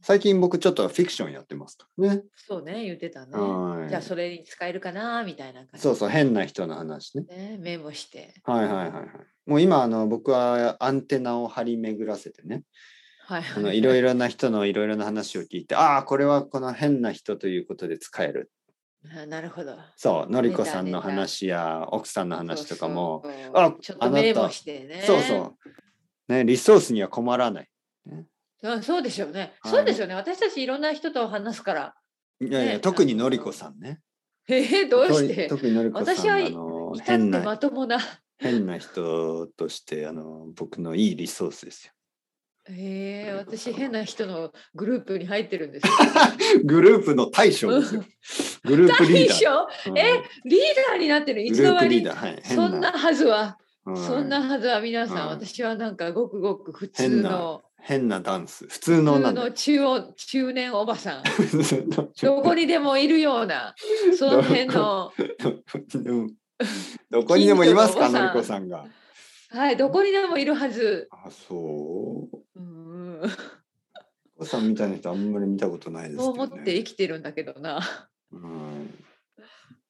最近僕ちょっとフィクションやってますからね。そうね、言ってたね。はいじゃあそれに使えるかなみたいな感じ。そうそう、変な人の話ね。ね、メモして。はいはいはいはい。もう今あの僕はアンテナを張り巡らせてね、はあいはいのはい。いろいろな人のいろいろな話を聞いて、ああ、これはこの変な人ということで使える。 あなるほど。そう、のりこさんのネタネタ話や奥さんの話とかも、そうそうあちょっあとなたメモしてね。そうそう、ね、リソースには困らない。うん。そうでしょうね。はいそうでしょうね。私たちいろんな人と話すから。いやいや、ね特にのりこさんね。えー、どうして 特にのりこさん私はあの至って変なま ともな。変な人としてあの僕のいいリソースですよ。ええ私変な人のグループに入ってるんで すよ。グループの大将ですよ。グルー プリー大ダー。将うんえリーダーになってるグ一ル度ープリ割ーりダー。はい。変そんなはずは、はいそんなはずは皆さん、はい私はなんかごくごく普変通なの変なダンス。普通普の通なんだのよ。中央中年おばさん どどこにでもいるよう なその辺のどこにでもいますか、のり近所のおばさんこさんが。はいどこにでもいるはず。あ、そう。のりうんこさんみたいな人あんまり見たことないですけそうど、ね。思って生きてるんだけどなうん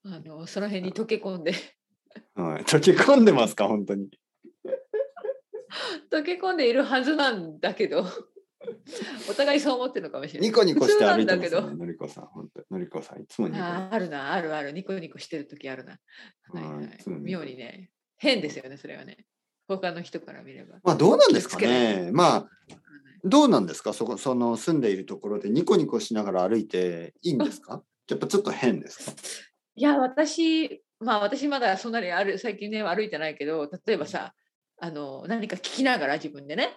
あのその辺に溶け込んで はい、溶け込んでますか、本当に。溶け込んでいるはずなん だけどお互いそう思ってるのかもしれないニコニコして歩いてま普す通なよんだね、のりこさん、本当に。のりこさん、いつもニコニコ。あーあるなあるあるニコニコしてる時あるな、はいははいいそうね妙にね変ですよねそれはね他の人から見ればまあ、どうなんですか気をつけね。まあ、どうなんですか、そこ、その住んでいるところでニコニコしながら歩いていいんです か。やっぱちょっと変ですか。いや私まあ私まだそんなにある最近ね歩いてないけど例えばさあの何か聞きながら自分でね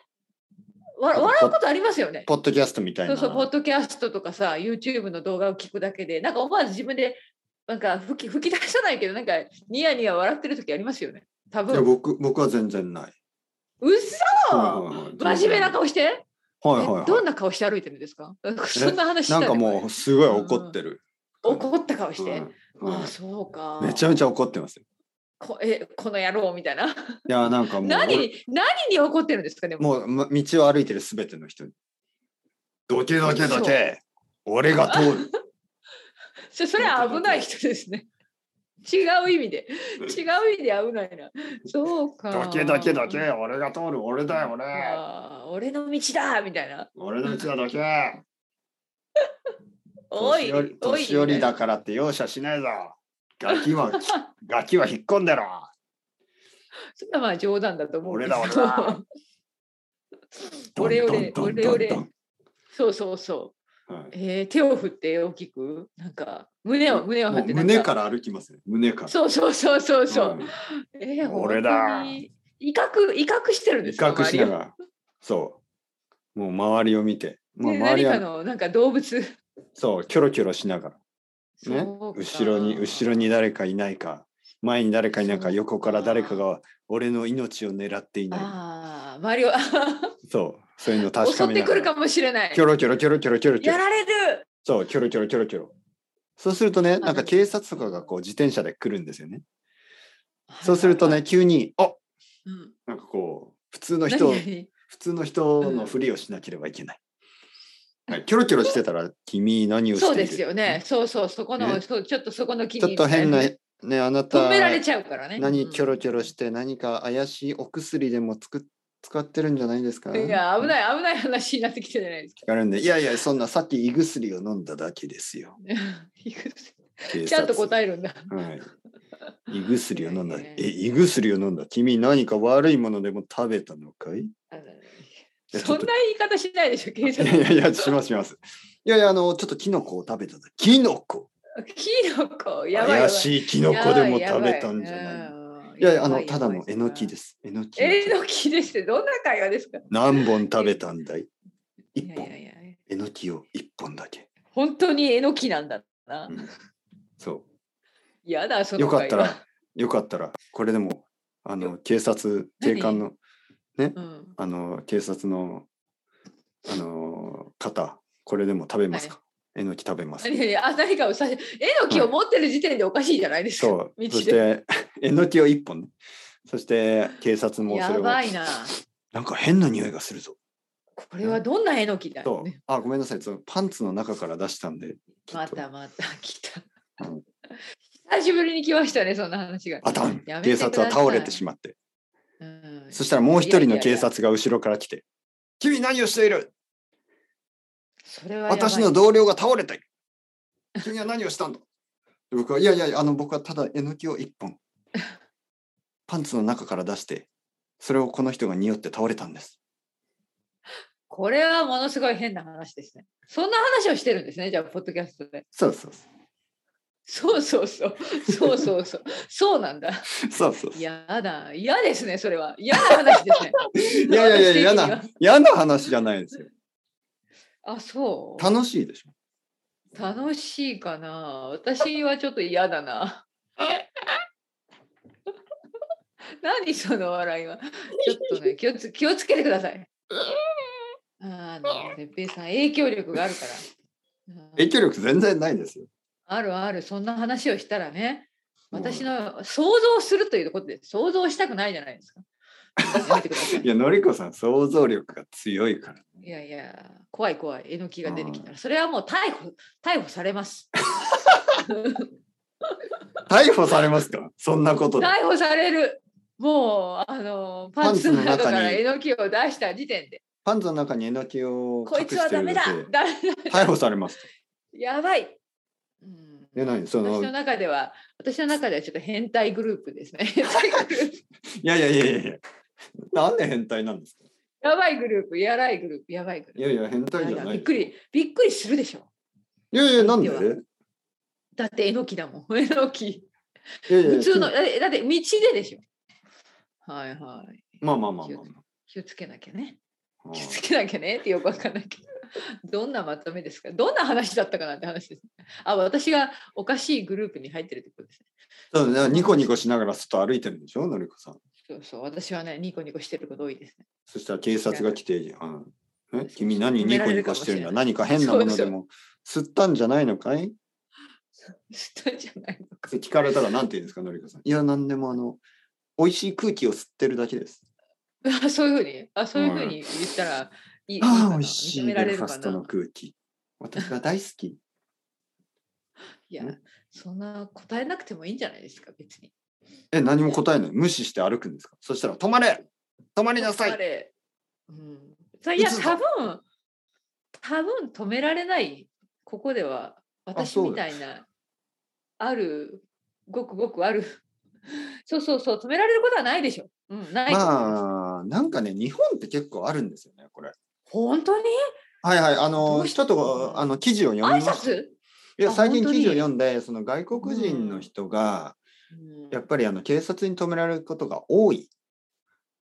わ笑うことありますよねポッドキャストみたいそな。うそうポッドキャストとかさ YouTube の動画を聞くだけでなんか思わず自分でなんか吹き吹き出さないけどなんかニヤニヤ笑ってる時ありますよね多いや、分僕、僕は全然ない。うっはいはいはい真面目な。顔してはいえはいどはんな顔して歩いてるんですか そんな話しい。たならんかもう、すごい怒ってる。怒った顔して、うんうんあそうかめちゃめちゃ怒ってますよ。こえこの野郎みたいないや、なんかもう。何に何に怒ってるんですかねもうま道を歩いてるすべての人に。どけどけどけ。俺が通る。そそれは危ない人ですね違う意味で違う意味で危ないなそうかどけどけどけ。俺が通る。俺だよ、俺。あー俺の道だみたいな俺の道はどけ。お年い寄りおい年寄りだみからって容赦しないぞ。ガキ はガキは引っ込んでろ。たいなそんなまあ冗談だと思うけど俺だ俺だ俺どん俺どんど俺んどん俺どん そうそうそうはいえー、手を振って大きくなんか胸を胸を張っもてうなん胸から歩きますね。胸から。そうそうそうそうそう、んえー、俺だ本当に威嚇威嚇してるん威ですか嚇しな周がら。そう。もう周りを見て。りもうね周り何かはのなんか動物そうキョロキョロしながら。ね。そうか後ろに後ろに誰かいないか。前に誰かいないそうか。か横から誰かが俺の命を狙っていなああ周りをあ い。そう。そういうのー確襲かっめてながくるら。かもしれないキョロキョロキョロキョロキョロキョロや。られるそう、キョロキョロキョロキョロ。そうするとね、なんかあ警察とかがこう自転車で来るんですよね。そうするとね、急に、あうんなんかこう、普通の人を、何 々普通の人のふりをしなければいけない。はい、キョロキョロしてたら、君何をしていそるうですよね。そうそうそこの、ねそうちょっとそこの気ちょっと変な、ね、あなた止、められちゃうからね何キョロロキョロして、何か怪しいお薬でもつく使ってるんじゃないですかいや危い。ない危ない話になってきてるじゃないですか聞かれるんで、いやいや、そんな、さっき胃薬を飲んだだけですよ。 警察ちゃんと答えるんだ。はい。胃薬を飲んだ。いやいやえ、胃薬を飲んだ。君何か悪いものでも食べたの かいやちそょんっとな言い方しないでしょ、警いや察。いや、しますします。いやいや、あの、ちょっとキノコを食べただ。キノコキノコ、やばいやばい。怪しいキノコでも食べたんじゃないない。やいや、あの、ただのえのきですす。えのき。えのきですって、どんな会話ですか何本食べたんだい一いやいや本。いやえのきを一本だけ。本当にえのきなんだなう。んそ。やだ、そうのよかっ会た話。ら、よかったら、これでも、あの、警察、警官の、うん。あの警察のあの方これでも食べますか、えのき食べます何々あ何かをさえのきを持ってる時点でおかしいじゃないですか。 そう道でそして えのきを一本ねそして警察もそれやをばないな。んか変な匂いがするぞこれはどんなえのきだそようね。あごめんなさいそのパンツの中から出したんでちょまっとたまた来たうん。久しぶりに来ましたね、そんな話が。あたんやめて警くださ察いは倒れてしまってうん、そしたらもう一人のいやいやいや警察が後ろから来て「君何をしているそれはやばい私の同僚が倒れたい君は何をしたんだ?」僕は「いやいやあの僕はただえのきを一本パンツの中から出してそれをこの人が匂って倒れたんですこれはものすごい変な話ですね。そんな話をしてるんですね、じゃあ、ポッドキャストで」。そうそうそそうそうそう、そうそうそう、そうなんだ。うそうそういやだ、嫌ですね、それは。嫌な話ですね。やいやいや嫌私的になは嫌な話じゃないですよあ、そう。楽しいでしょ楽しいかな私はちょっと嫌 だな。何その笑いは。ちょっとね、気をつ気をつけてくださ い。あの、べっぺいさん、影響力があるから。うん影響力全然ないですよあるある、そんな話をしたらね、もう私の想像するということで、想像したくないじゃないで すか。やめてくださいいやのりこさん想像力が強いからいやいや、怖い怖い、えのきが出てきたら、それはもう逮捕、逮捕されます。 逮捕されますかそんなことで逮捕される。もう、あの、パンツのパンツの中に中からえのきを出した時点で、パンツの中にえのきをこい隠つしはてダるメでだダメだ 逮捕されますやばい、うんえ何その私の中では、私の中ではちょっと変態グループですね。 変態グループいやいやいやいやいやなんで変態なんですかやばいグループ、やばいグループ、やばいグループい。やいや変態じゃやなだいびっくりびっくりするでしょいやいやなんでいではやいだってえのきだもんえのきや普通のだってだって道ででしょはいはいまあまあまあまあ気をつけなきゃね まあ気をつけなきゃねってよくわかんないけどどんなまとめですかどんな話だったかなって話ですあ私がおかしいグループに入ってるってことですねそうだからニコニコしながら外歩いてるんでしょのりこさんそうそう私はねニコニコしてること多いですねそしたら警察が来て「あのえ君何ニコニコしてるんだ何か変なものでも吸ったんじゃないのかい?」したじゃないのかって聞かれたらなんて言うんですかのりこさんいや何でもあの美味しい空気を吸ってるだけですあ そういうふうにあそういうふうに言ったらいいいいか あなあ、美味しい認ベめられルるファかストのな空気。私が大好き。いやそんな答えなくてもいいんじゃないですか別にえ、何も答えない。無視して歩くんですかそしたら、止まれ止まりなさい彼うん、そういやいつ多分多分止められないここでは私そうみたいなあるごくごくある そうそうそう止められることはないでしょ、うん、ないと思います、まあ、なんかね、日本って結構あるんですよね、これ。本当にはいはい、あどの、うしちょっと、あの、記事を読挨みました。い拶、や、あ最近本当記に事を読んで、その外国人の人が、うんやっぱりあの警察に止められることが多い。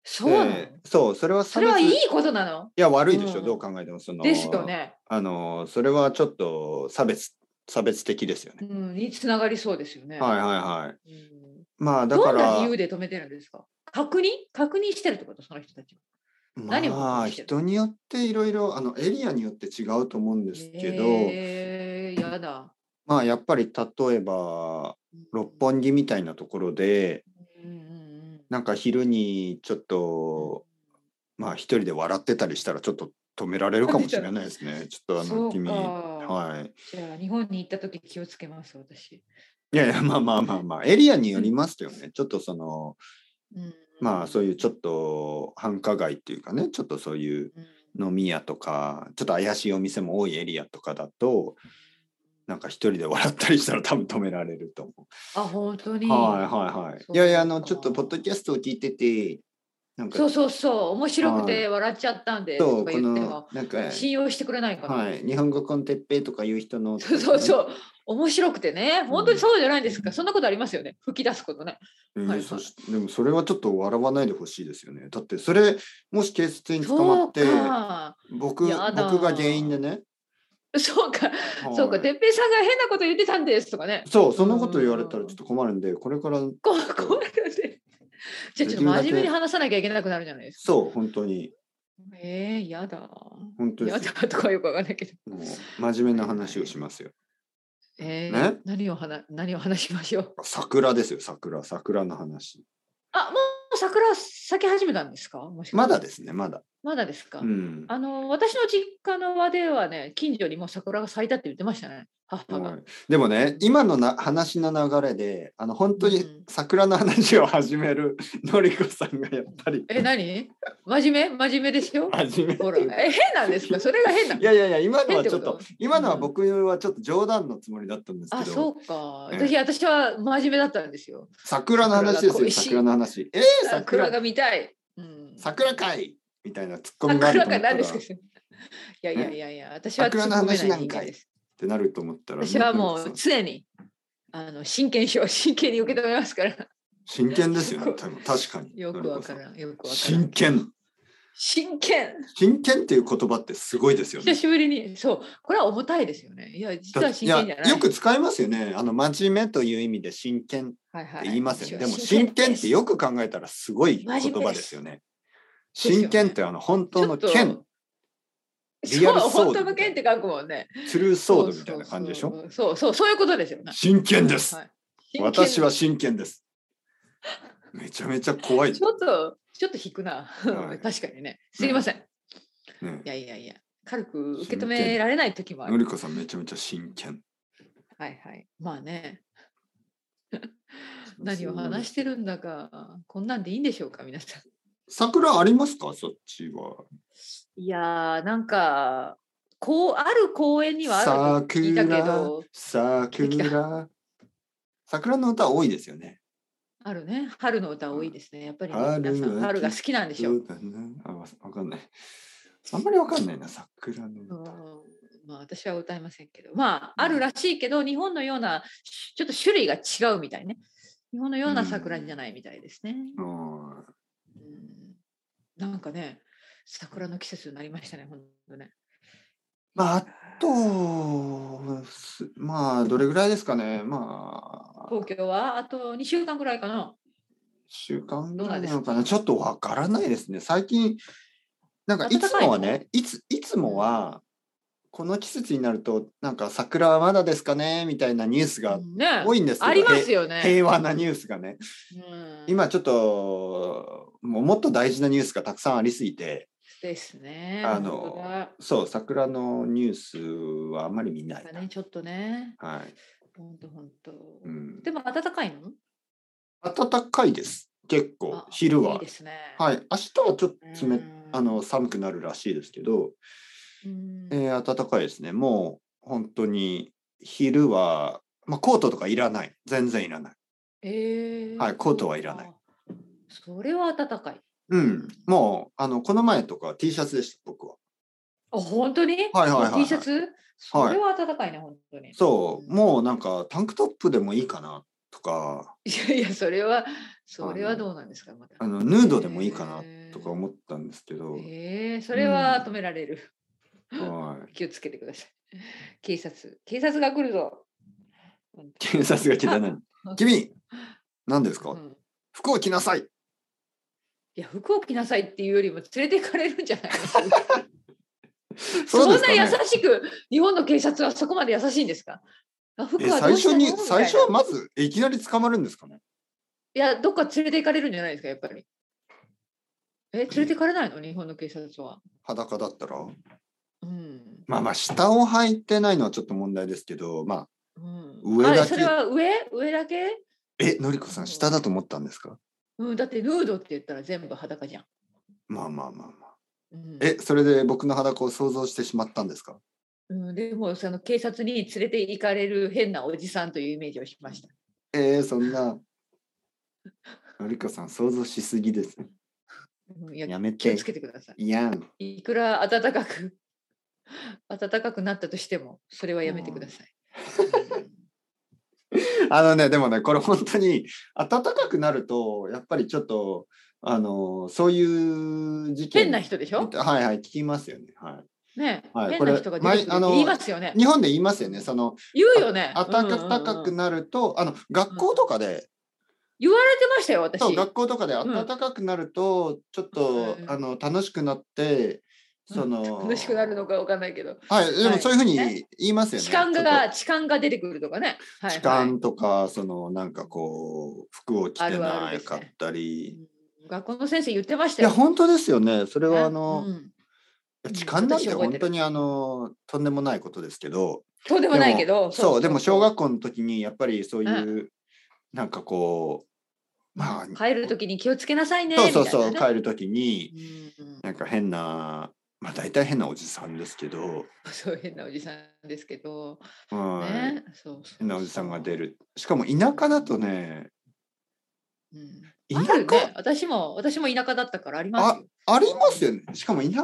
そうなのでそう、それは差そ別れはいいことなのいや、悪いでしょ、うんどう考えても。そのですよね、あの、それはちょっと差別、差別的ですよねう。ん、につながりそうですよね、はいはいはい。うんまあだかどんら、な理由で止めてるんですか確認確認してるってことその人たちは何をまあ隠してる人によっていろいろあのエリアによって違うと思うんですけど、えー、やだ。まあやっぱり例えば六木。本木みたいなところでうんうんなんか昼にちょっうんとまあ一人で笑ってたりしたらちょっと止められるかもしれないです ね。ちょっとあそのう君かはい。じゃあ日本に行った時気をつけます私。いやいや まあまあまあまあエリアによりますよね。ちょっとそのうんまあそういいうちょっと繁華街っていうかねちょっとそういううん。飲み屋とかちょっと怪しいお店も多いエリアとかだとなんか一人で笑ったりしたら多分止められると思あ本当う。に。はいはいはい。そういかやいやあのちょっとポッドキャストを聞いててなんかそうそうそう面白くて笑っちゃったんでそとうかこ言ってのもなんか信用してくれないから。はい日本語コンテッペイとかいう人の。そうそうそうう面白くてね本当にそうじゃないですか、そんなことありますよね吹き出すことねうんはいはいそしでもそれはちょっと笑わないでほしいですよね。だってそれもし警察に捕まそっうてか僕僕やだが原因でね。そうか、はいそうか哲平さんが変なこと言ってたんですとかねそうそんなこと言われたらちょっと困るんでこれからここれでじゃあちょっと真面目に話さなきゃいけなくなるじゃないですかそう本当にえー、やだ。本当でやすよだとかよくわかんないけど。もう真面目な話をしますよ。えーね何を話何を話しましょう。桜ですよ、桜、桜の話。あもう桜咲き始めたんですかもしかしてまだですね、まだ。まだですか、うん。あの私の実家の輪ではね近所にもう桜が咲いたって言ってましたね母が、はいでもね、今のな話の流れで、あの本当うにん桜の話を始める のりこさんがやっぱりえ何真面目真面目ですよ始めてほらる。え変なんですかそれが変ないやいやいや、今のはちょっと変ってこと、今のは僕はちょっと冗談のつもりだったんですあけど、そうかええ私私は真面目だったんですよ桜の話ですよ、桜桜の話。えー、桜桜が見たい、うん、桜かいみたいなツッコミがある桜と思ったが何らでっすかいやいやいやいや私は桜の話なんかい突っ込めない人間ですてなると思ったら、私はものりうこさん常にあの真剣勝 真剣に受け止めますから真剣ですよね、多分確かに。よくわかのりこらんよくわさん真からん剣。真剣真剣っていう言葉ってすごいですよね久。しぶりにそうこれは重たいですよねいや実は真剣じゃないやよく使いますよね。あの真面目という意味で真剣ってはいはい言いますよね。でも私は真剣ってよく考えたらすごい言葉ですよね。真真剣です剣ってあの本ち当ょのっと剣、リそアうルソード本当の剣って書くもんねトゥルーソードみたいな感じでしょ。そうそうそうそういうことですよね真剣です。はい真剣私は真剣です。めちゃめちゃ怖いち。ょっとちょっと引くな、はい 確かにねすいません、ねい、やいやいや軽く受け止められない時もあのるりこさんめちゃめちゃ真剣。はいはいまあね何を話してるんだかこんなんでいいんでしょうか皆さん桜ありますかそっちは。いやーなんかこうある公園にはあると聞いたけ桜ど、桜。桜の歌多いですよね。あるね春の歌多いですねやっぱり、ね、春は皆さん春が好きなんでしょそうう、だなあわわかんない。あんまりわかんないな、桜のうん歌。まあ私は歌いませんけどまああるらしいけど日本のようなちょっと種類が違うみたいね日本のような桜じゃないみたいですね、うんうんなんかね桜の季節になりましたね本当ねまあ、あと、すまあ、どれぐらいですかね。まあ、東京はあと2週間ぐらいかな週間ぐどうならいんでなすのかかな。ちょっとわからないですね。最近、なんかいつもは暖ね、いついつもは、この季節になると、なんか桜はまだですかねみたいなニュースがね多いんですけど、ありますよへね。平和なニュースがね。うん、今ちょっと、もうもっと大事なニュースがたくさんありすぎて、ですね。あの本当だそう、桜のニュースはあんまり見ないなんな。かねちょっとね、はい。本当本当。うんでも暖かいの？暖かいです。結構あ昼いいはで。すね。はい。明日はちょっと冷うんあの寒くなるらしいですけど、うんえー暖かいですね。もう本当に昼は、まあ、コートとかいらない。全然いらない。えーはいコートはいらない。あそれは暖かい。うん。もうあのこの前とか T シャツでした僕は。あ本当に？はいはいはいはい T シャツ？それは暖かいね本当に。そう。うんもうなんかタンクトップでもいいかなとか、いやいやそれはそれはどうなんですかまた。あのヌードでもいいかなとか思っったんですけど、えーそれは止められる。はい。気をつけてください。警察、警察が来るぞ。警察が来たな。 君、何ですか、うん服を着なさい。いや、服を着なさいっていうよりも連れて行かれるんじゃない そそんうなですかね優しく、日本の警察はそこまで優しいんですかあ服えは最どうした初のにみたいな最初はまずいきなり捕まるんですかね。いや、どっか連れて行かれるんじゃないですか、やっぱり。え、連れて行かれないの日本の警察は。裸だったら。うん。まあまあ下を履いてないのはちょっと問題ですけど、まあうん、上だけあそれは上上だけえのりこさん下だと思ったんですか。うん、だってヌードって言ったら全部裸じゃん。まあまあまあまあ。うん、えそれで僕の裸を想像してしまったんですか。うん、でもその警察に連れて行かれる変なおじさんというイメージをしました。えー、そん な。のりこさん想像しすぎです。うんいややめ気をてつ。けてくださいやん。い。いくら暖かく 暖かくなったとしてもそれはやめてください。あのねでもねこれ本当に暖かくなるとやっぱりちょっとあのそういう事件変な人でしょ、はいはい聞きますよね。はねはい変な人が出てくこれ前るあのって言いますよねい。。日本で言いますよね。その言うよね。暖うんかうんうくんなると、あの学校とかで、言われてましたよ、私。そう学校とかでん暖かくなるとちょっと、うんあの楽しくなって、その楽しくなるのかわかんないけど、はいでもはいそういうふうにね言いますよね。痴漢ちょがっ痴漢が出てくるとかね。とはい痴はい漢とかそのなんかこう服を着てあるあるなですねかったり、うん学校の先生言ってましいたよ。や、本当ですよね。それ当はあの、うん、いや痴漢なん私て覚えて本る当にあの、とんでもないことですけど、そうでもないけど、そう、でも小学校の時にやっぱりそういう、なんかこう、まあ、帰る時に気をつけなさいね。そうそうそう、みたいなね帰る時に、うんなんか変な、まあ大体変なおじさんですけど、そう変なおじさんですけど、はいね、そうそうそう変なおじさんが出、る。しかも田舎だとね、うん田あ舎るね。私も私も田舎だったからありますよ。ありますよね。しかも田舎、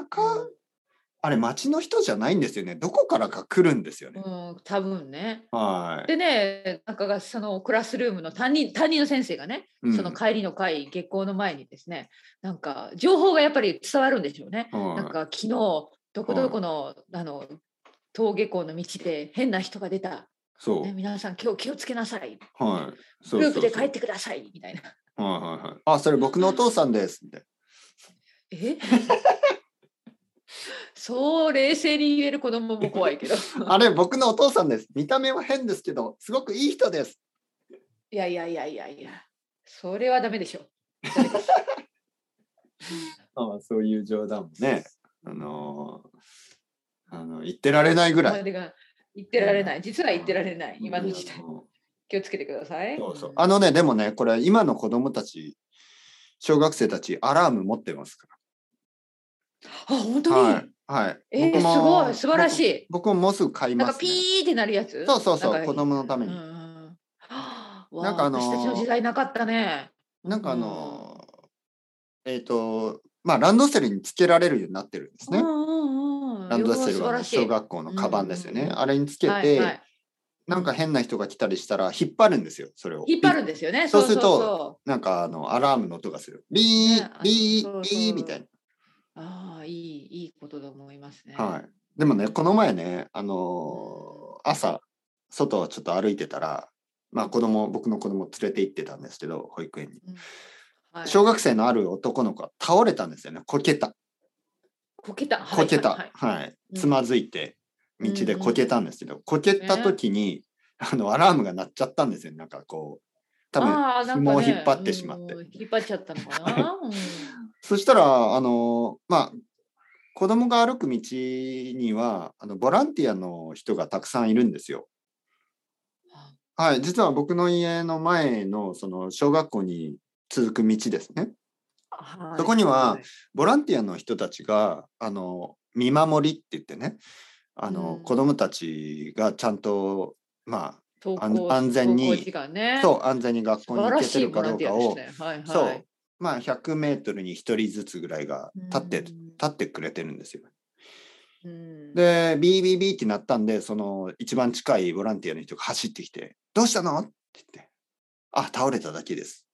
あれ町の人じゃないんですよね。どこからか来るんですよね。うん、多分ね。はい。でね、なんかがそのクラスルームの担任担任の先生がね、うんその帰りの会、月光の前にですね、なんか情報がやっぱり伝わるんでしょうね。はいなんか昨日、どこどこの、あの、登下校の道で変な人が出た。そう。ね、皆さん今日気をつけなさい。はい。グそうそうルーそプうで帰ってください。みたいな。はいはいはい。あ、それ僕のお父さんです。みたい えそう冷静に言える子供も怖いけど。な あれ、僕のお父さんです。見た目は変ですけど、すごくいい人です。いやいやいやいやいや、それはダメでしょ。あそういう冗談もね。あのーあの言ってられないぐまらあい。てか言ってられない。実は言ってられない。今の時代あ。の気をつけてください。そうそう。ああのね、でもね、これ今の子供たち、小学生たち、アラーム持ってますか本ら。当に、はい。はい。えー、僕すもごい、素晴らしい。僕。僕ももうすぐ買いなんまかす、ピね。ーってなるやつ。そうそうそなんう、か子供のたうめんうに。んうん。ななんんかかああののー私たちの時代なかったね。なんかあのーえっ、と、まあ、ランドセルにつけられるようになってるんですうん、ね。うんうんうん、ランドセ素ル晴はあらのしい小学校のカバンですようんねう。んうんあれにつけて、はいはいなんか変な人が来たりしたら引っ張るんですよ、それを。引っ張るんですよね。そうするとそうそうなんかあのアラームの音がする。ビねー、あのビそー、うそうビーみたいああ、いい、いいことだと思いますね。な。はい。でもね、この前ね、あのー朝、外をちょっと歩いてたら、まあ子供、僕の子供連れて行ってたんですけど、保育園に。うんはい。小学生のある男の子が倒れたんですよね、こけた。こけた。はいこけた、はいははいいつまずいてうん道でこけたんですけど、こけた時に、あのアラームが鳴っちゃったんですよなんかこう多あ分あなんか紐をね引っ張ってしまって、うん引っ張っちゃったのか な。うんそしたらあのまあ子供が歩く道にはあのボランティアの人がたくさんいるんですよ。はい、実は僕の家の前のその小学校に続く道ですね。はそこにはボランティアの人たちがあの見守りって言ってねあの、うん子どもたちがちゃんとま登校安安全に登校時間ねあそう安全に学素校に行晴らけてしいるボかラどンうティかアでしを、たよ。はいはい。そうまあ、100メートルに1人ずつぐらいが立って、立ってくれてるんですよ。うん、でビービービーってなったんでその一番近いボランティアの人が走ってきて「どうしたの?」って言って「あ倒れただけです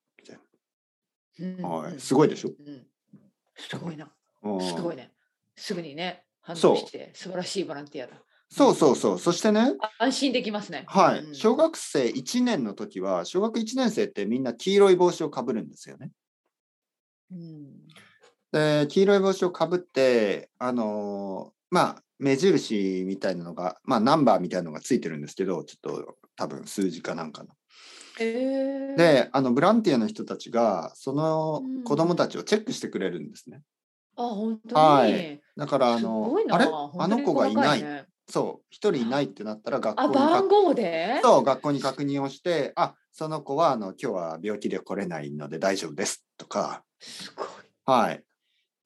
うんはいすごいでしょうんすごいな。」うんすごいね。すぐにね、反応して、素晴らしいボランティアだ。そうそうそうそしてねあ安心できますね。はうい、ん小学生1年の時は小学1年生ってみんな黄色い帽子をかぶるんですよね。うんで黄色い帽子をかぶってあのーまあ目印みたいなのが、まあ、ナンバーみたいなのがついてるんですけどちょっと多分数字かなんかの。えー、であのボランティアの人たちがそのうん子どもたちをチェックしてくれるんですね。あ、本当に。はいだからあすのごいなあれ本当にあの子がいない、細かねそう一人いないってなったら学校あ、にか番号で。そう学校に確認をしてあその子はあの今日は病気で来れないので大丈夫ですとか。すごい。はい。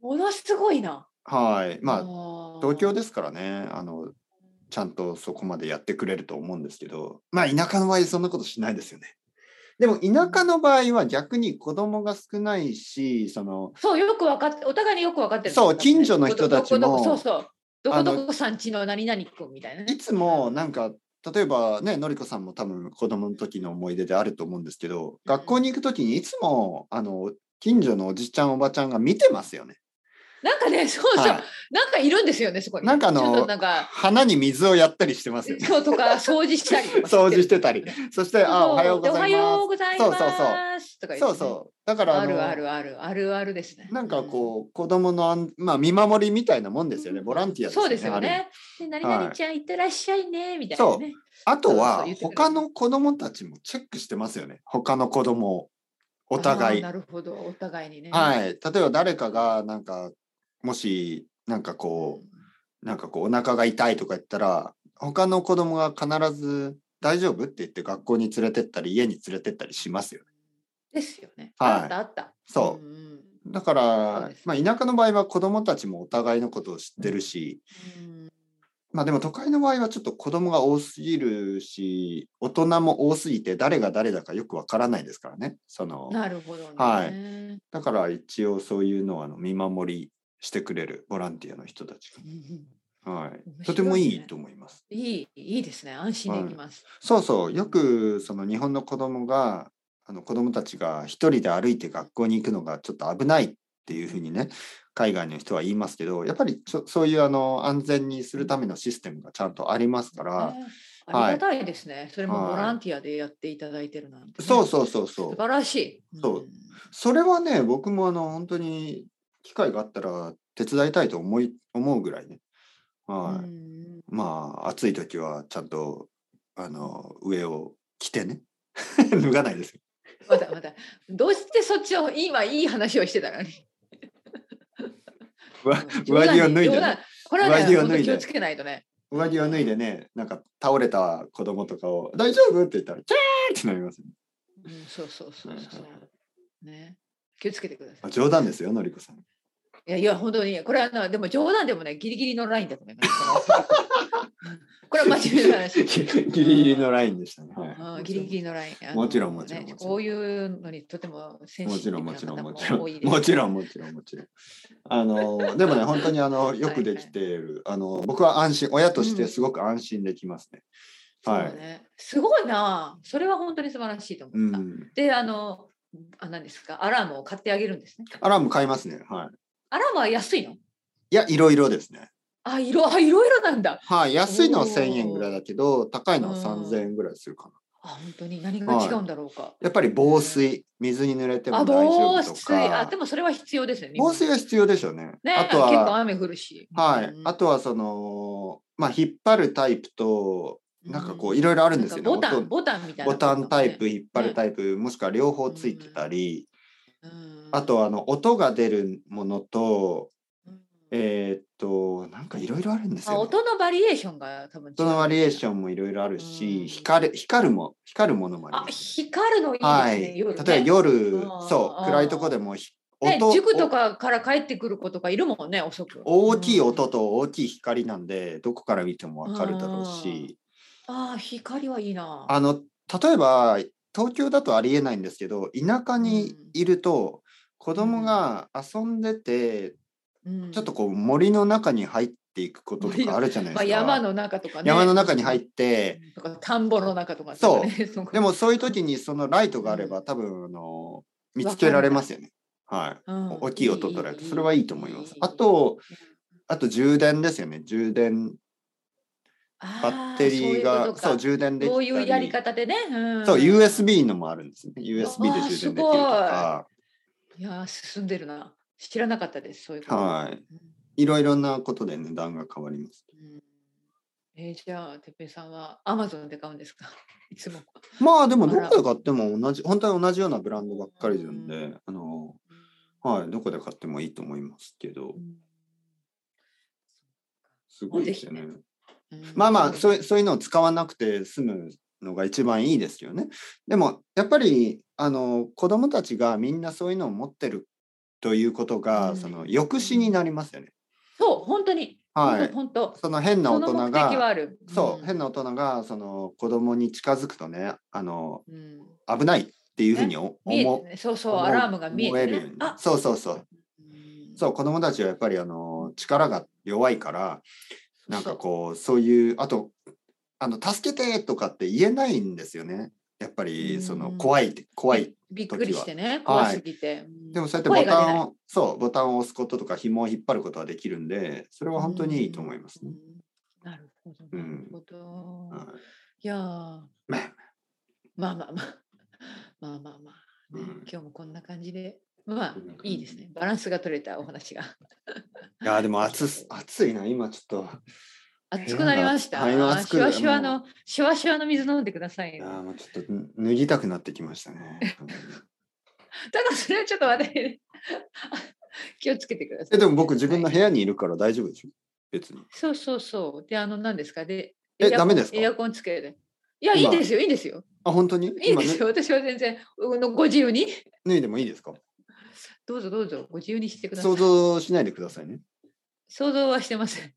ものすごいな。はい。まあ、あ。東京ですすからね、あの、ちゃんとそこまでやってくれると思うんですけど、まあ、田舎の場合、そんなことしないですよね。でも、田舎の場合は逆に子供が少ないし、その、そう、よく分かって、お互いによく分かってる。そう近所の人たちもどこどこどこそうそう。どこあのどこさんちの何々君みたいなね。いつもなんか、例えばね、のりこさんも多分子供の時の思い出であると思うんですけど、学校に行く時にいつも、あの、近所のおじちゃん、おばちゃんが見てますよね。なんかね、そうそう、はいなんかいるんですよね、そこに。なんかあちょっのとなんか、花に水をやったりしてますよね。そうとか、掃除したりとか。掃除してたり。そして、あ、おはようごおざはいますよう。ございます。そうそうとか言ってねそうそう。だからあのるあるある、あるあるですね。なんかこう子供のあんまあ見守りみたいなもんですよね。ボランティアそうですよある意味ね。で何々ちゃん、いってらっしゃいね、みたいなね。あとそうそうは言ってくれる他の子供たちもチェックしてますよね。他の子供を。お互いあー。なるほど、お互いにね。。はいい、例えば誰かがなんかもしなんかこうなんかこうお腹が痛いとか言ったら他の子供が必ず「大丈夫?」って言って学校に連れてったり家に連れてったりしますよね。ですよね。はいあったあった。そううんうんだから、そうですまあ、田舎の場合は子供たちもお互いのことを知ってるし、うんまあでも都会の場合はちょっと子供が多すぎるし大人も多すぎて誰が誰だかよくわからないですからねそのなるほどね。はいうんだから一応そういうのはあの見守りしてくれるボランティアの人たちがうんはい、面白いとてもいいねと思います。いい、いいですね。安心できます。そうそうよくその日本の子供があの子供たちが一人で歩いて学校に行くのがちょっと危ないっていうふうにね海外の人は言いますけどやっぱりちょそういうあの安全にするためのシステムがちゃんとありますから、ねはあいりがたいですね。それもはいボランティアでやっていただいてるなんてね。そうそうそうそ素う晴らしい。そうんそれはね僕もあの本当に機会があったら手伝いたいと思い思うぐらいね、はいうんまあ暑い時はちゃんとあの上を着てね 脱がないですよまだまだ。どうしてそっちを今いい話をしてたのに。 上上着を脱いで冗ね談これはね、上着を本脱当いでに気をつけないとね。上着を脱いでねなんか倒れた子供とかを「大丈夫?」って言ったら「キャー!」ってなります、ね、うん、そうそうそうそはいはう。ね。気をつけてくださあい。冗談ですよのりこさんいやいや、本当に、これはな、でも冗談でもね、ギリギリのラインだと思います。これは真面目な話。 ギリギリのラインでしたね、はうい、んギリギリのライン。あのもちろんもちろんねもちろんこういうのにとてもセンもシちティろブんもなちろ方んももちろん多いですもちろんもちろんもちろんあのでもね本当にあ のよくできているあの僕は安心親としてすごく安心できますね、はそいうねすごいな。それは本当に素晴らしいと思うった。んで、あの、あ何ですか、アラームを買ってあげるんですね。アラーム買いますねはいアラームは安いのいやいろいろですねあ、いろ、あ、いろいろなんだ。はい安いのはおー1000円ぐらいだけど高いのは3000円ぐらいするかなあ、本当に何が違うんだろうか。やっぱり防水、水に濡れてあ、も大丈防夫と水。あ、かで。もそれは必要ですね。日本防水は必要でしょうね。ね、あと結構は、雨降るし。はい、うんあとはその、まあ、引っ張るタイプと、なんかこう、いろいろあるんですよね。なんかボタ音ン、ボタンみたいなボことタだもんね、ンタイプ、引っ張るタイプ、もしくは両方ついてたり、うん。あとはあの音が出るものと、うん、えーっと、なんかいろいろあるんですあよ、ね。音のバリエーションが多分違う。音のバリエーションもいろいろあるうんし、光る、光るも、光るものもああり、ます。光るのいいですね。はい、例え夜ねば夜うん、そうう、ん暗いとこでもひ、ね、塾とかから帰ってくる子とかいるもんね、遅く。大きい音と大きい光なんでどこから見てもわかるだろうしうん。ああ、光はいいな。あの例えば東京だとありえないんですけど田舎にいると子供が遊んでてうんちょっとこう森の中に入っていくこととかあるじゃないまあ、ですか。山の中とかね。山の中に入ってとか田んぼの中とか、そうね。そう。でもそういう時にそのライトがあれば多分あの見つけられますよね。はい、うん、大きい音とライトそれはいいと思います。あいいとあと充電ですよね充電バッテリーがあそうーそういうことか充電できこたうりいうやり方でね。んそう USB のもあるんですね USB あで充電でーきるとかいやー、進んでるな。知らなかったです。そういうこと。はうんいいろいろなことで値段が変わりますうんえーじゃあ、てっぺいさんはアマゾンで買うんですか いつも。まあでもあどらこで買っても同じ本当に同じようなブランドばっかりなんであのはいどこで買ってもいいと思いますけどすごいですよねぜまあまあそういいうそういうのを使わなくて済むのが一番いいですよねでもやっぱりあの子供たちがみんなそういうのを持ってるということが、うんその抑止になりますよねそう、本当に。はい本当。その変な本大当その人目的はがある。そう、変な。な大人がその子供に近づくとねあのうん危ないっていうふうにお見え思てうねそうそう、思うアラームが見え思えてるようねに。あそうそうそううんそう子供たちはやっぱりあの力が弱いからなんかこうそういうあとあの助けてとかって言えないんですよねやっぱうりんその怖い怖いびっくりしてね、は怖すぎて。うんでもそうやってボ声が出タないンをそうボタンを押すこととか紐を引っ張ることはできるんでそれは本当にいいと思いますね。うんなるほど、うなんるほど。はいいやーままああ まあまあまあまあまあ、うんね今日もこんな感じでまあこんな感じいいですねバランスが取れたお話がいやーでも暑す暑いな今ちょっと。熱くなりましたはいあー熱シくュなるワシュワものシュワシュワの水飲んでくださいいやーよ もうちょっと脱ぎたくなってきましたね。だそれはちょっと私、 気をつけてください。え、でも僕自分の部屋にいるから大丈夫でしょ別に。そうそうそう。で、あの、何ですかで、えエアコンダメですかエアコンつけるで。いや、いい今ですよ、いいですよ。あ、本当にいい今でねすよ、私は全然、うんご自由に。脱いでもいいですかどうぞどうぞ、ご自由にしてください想。像しないでくださいね。想像はしてません。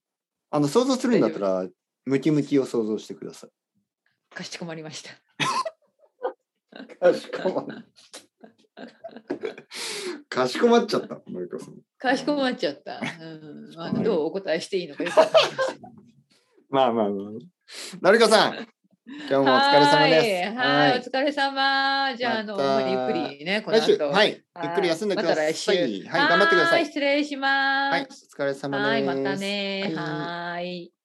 あの、想像するんだったら、ムキムキを想像してください。かしこまりました。かしこまっかしこまっちゃった、森川さん。かしこまっちゃった。うん、まあ、はいどうお答えしていいのかよくわかりません。まあまあまあ。のりこ さん、今日もお疲れ様です。はーい、は、はいお疲れ様。じゃあ、あの、またゆっくりね、この来週、後。、はいい、ゆっくり休んでくだまたさい。来週はい、頑張ってください。失礼しまはい、おす。疲れ様です。はい、またね。はいはーい